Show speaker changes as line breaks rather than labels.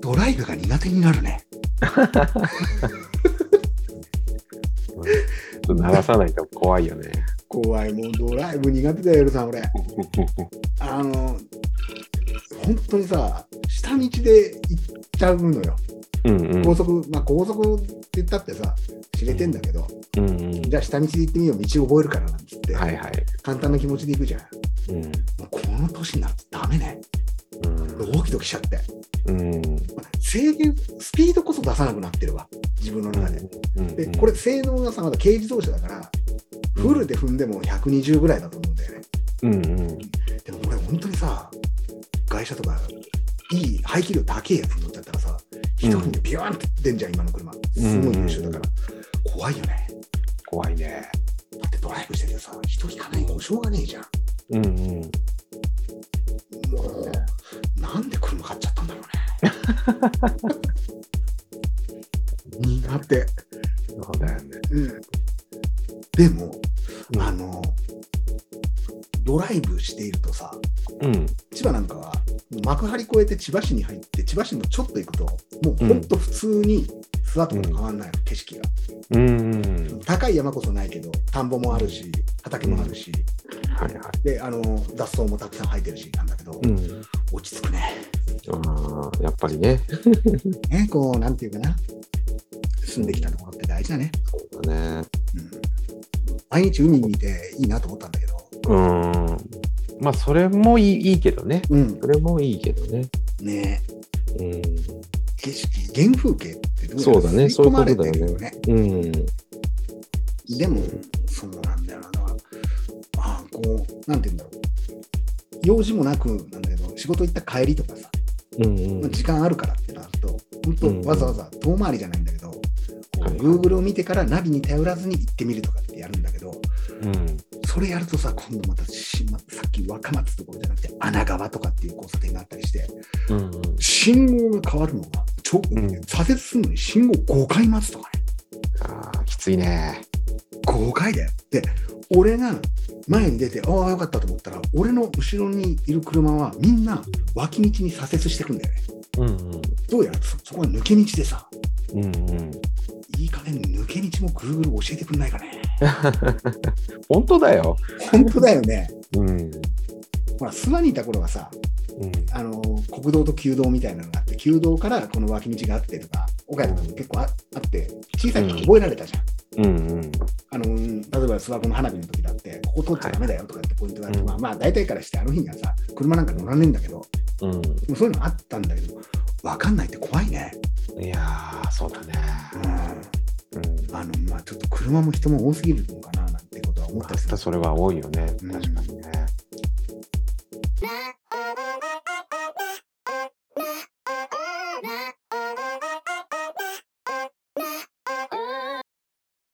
ドライブが苦手になるね。
うん鳴らさないと怖いよね。
怖い、もうドライブ苦手だよ、エルさん、俺。あの、本当にさ、下道で行っちゃうのよ。
うんうん。
高速、まあ高速って言ったってさ、知れてんだけど、
うんうん。
じゃあ下道で行ってみよう、道覚えるからなんつって、
はいはい。
簡単な気持ちで行くじゃん。
うん
もうこの年になるとダメね。ドキドキしちゃって。
うん。うん。
まあ制限、スピードこそ出さなくなってるわ、自分の中で。
うん
で、これ、、性能がさ、まだ軽自動車だから、フルで踏んでも120ぐらいだと思うんだよね。
うんうん。
でも俺、本当にさ、外車とか、いい排気量高えやつ乗っちゃったらさ、一人でビューンって出んじゃん、今の車。すごい優秀だから。怖いよね。
怖いね。
だってドライブしててさ、人引かない保証がねえじゃん。
うんうん。
もう、なんで車買っちゃったんだろうね。苦手。
そうだよね。
うん。でも、
うん
あの、ドライブしているとさ、
うん。
千葉なんかは、もう幕張越えて千葉市に入って、千葉市のちょっと行くと、もうほんと普通に諏訪とかと変わんないの、景色が。
うんうん。
高い山こそないけど、田んぼもあるし、畑もあるし、
はいは
で、あの、雑草もたくさん生えてるし、なんだけど、
い。うん。
落ち着くね。
ああ、やっぱりね。
ね、こう、なんていうかな、住んできたところって大事だね。
そうだね。
うん。毎日海にいていいなと思ったんだけど、
うん。まあ、それもいいいいけどね。
うん。
それもいいけどね。
ね
うん。
景色、原風景ってど
そうだね
吸い込まれてるよ
そういうことだよ
ね。
うん。
でも、そうなんだよな。だからああこう、なんて言うんだろう。用事もなくなんだけど、仕事行った帰りとかさ、
うんう
まあ
ん。
時間あるからってなると、本当、わざわざ遠回りじゃないんだけど、こう
はいはい
Google を見てからナビに頼らずに行ってみるとかってやるんだけど、
うん。
それやるとさ、今度またし、ま、さっき若松ところじゃなくて、穴川とかっていう交差点があったりして、
うんうん。
信号が変わるのが、ちょ
ん
左折するのに信号5回待つとかね。
ああ、きついね。
5回だよ。で、俺が前に出て、ああ、よかったと思ったら、俺の後ろにいる車はみんな脇道に左折してくんだよね。
うんうん。
どうやらそそこは抜け道でさ、
うんうん。
いい加減抜け道も Google 教えてくんないかね。
本当だよ。
本当だよね。
うん。うん。
ほら、諏訪にいた頃はさ、あの国道と旧道みたいなのがあって、旧道からこの脇道があってとか、岡山とかも結構ああって、小さい時覚えられたじゃん。
うんうん。
あの例えば諏訪湖の花火の時だって、ここ通っちゃダメだよとかってポイントがあって、
はい
まあ、まあ大体からして、あの日にはさ、車なんか乗らねえんだけど、
う
でもそういうのあったんだけど、分かんないって怖いね。
ん。いやー、そうだね。
あ
うん。
の、まあ、ちょっと車も人も多すぎるのかななんてことは思った
確かそれは多いよね。
うん
確かにね。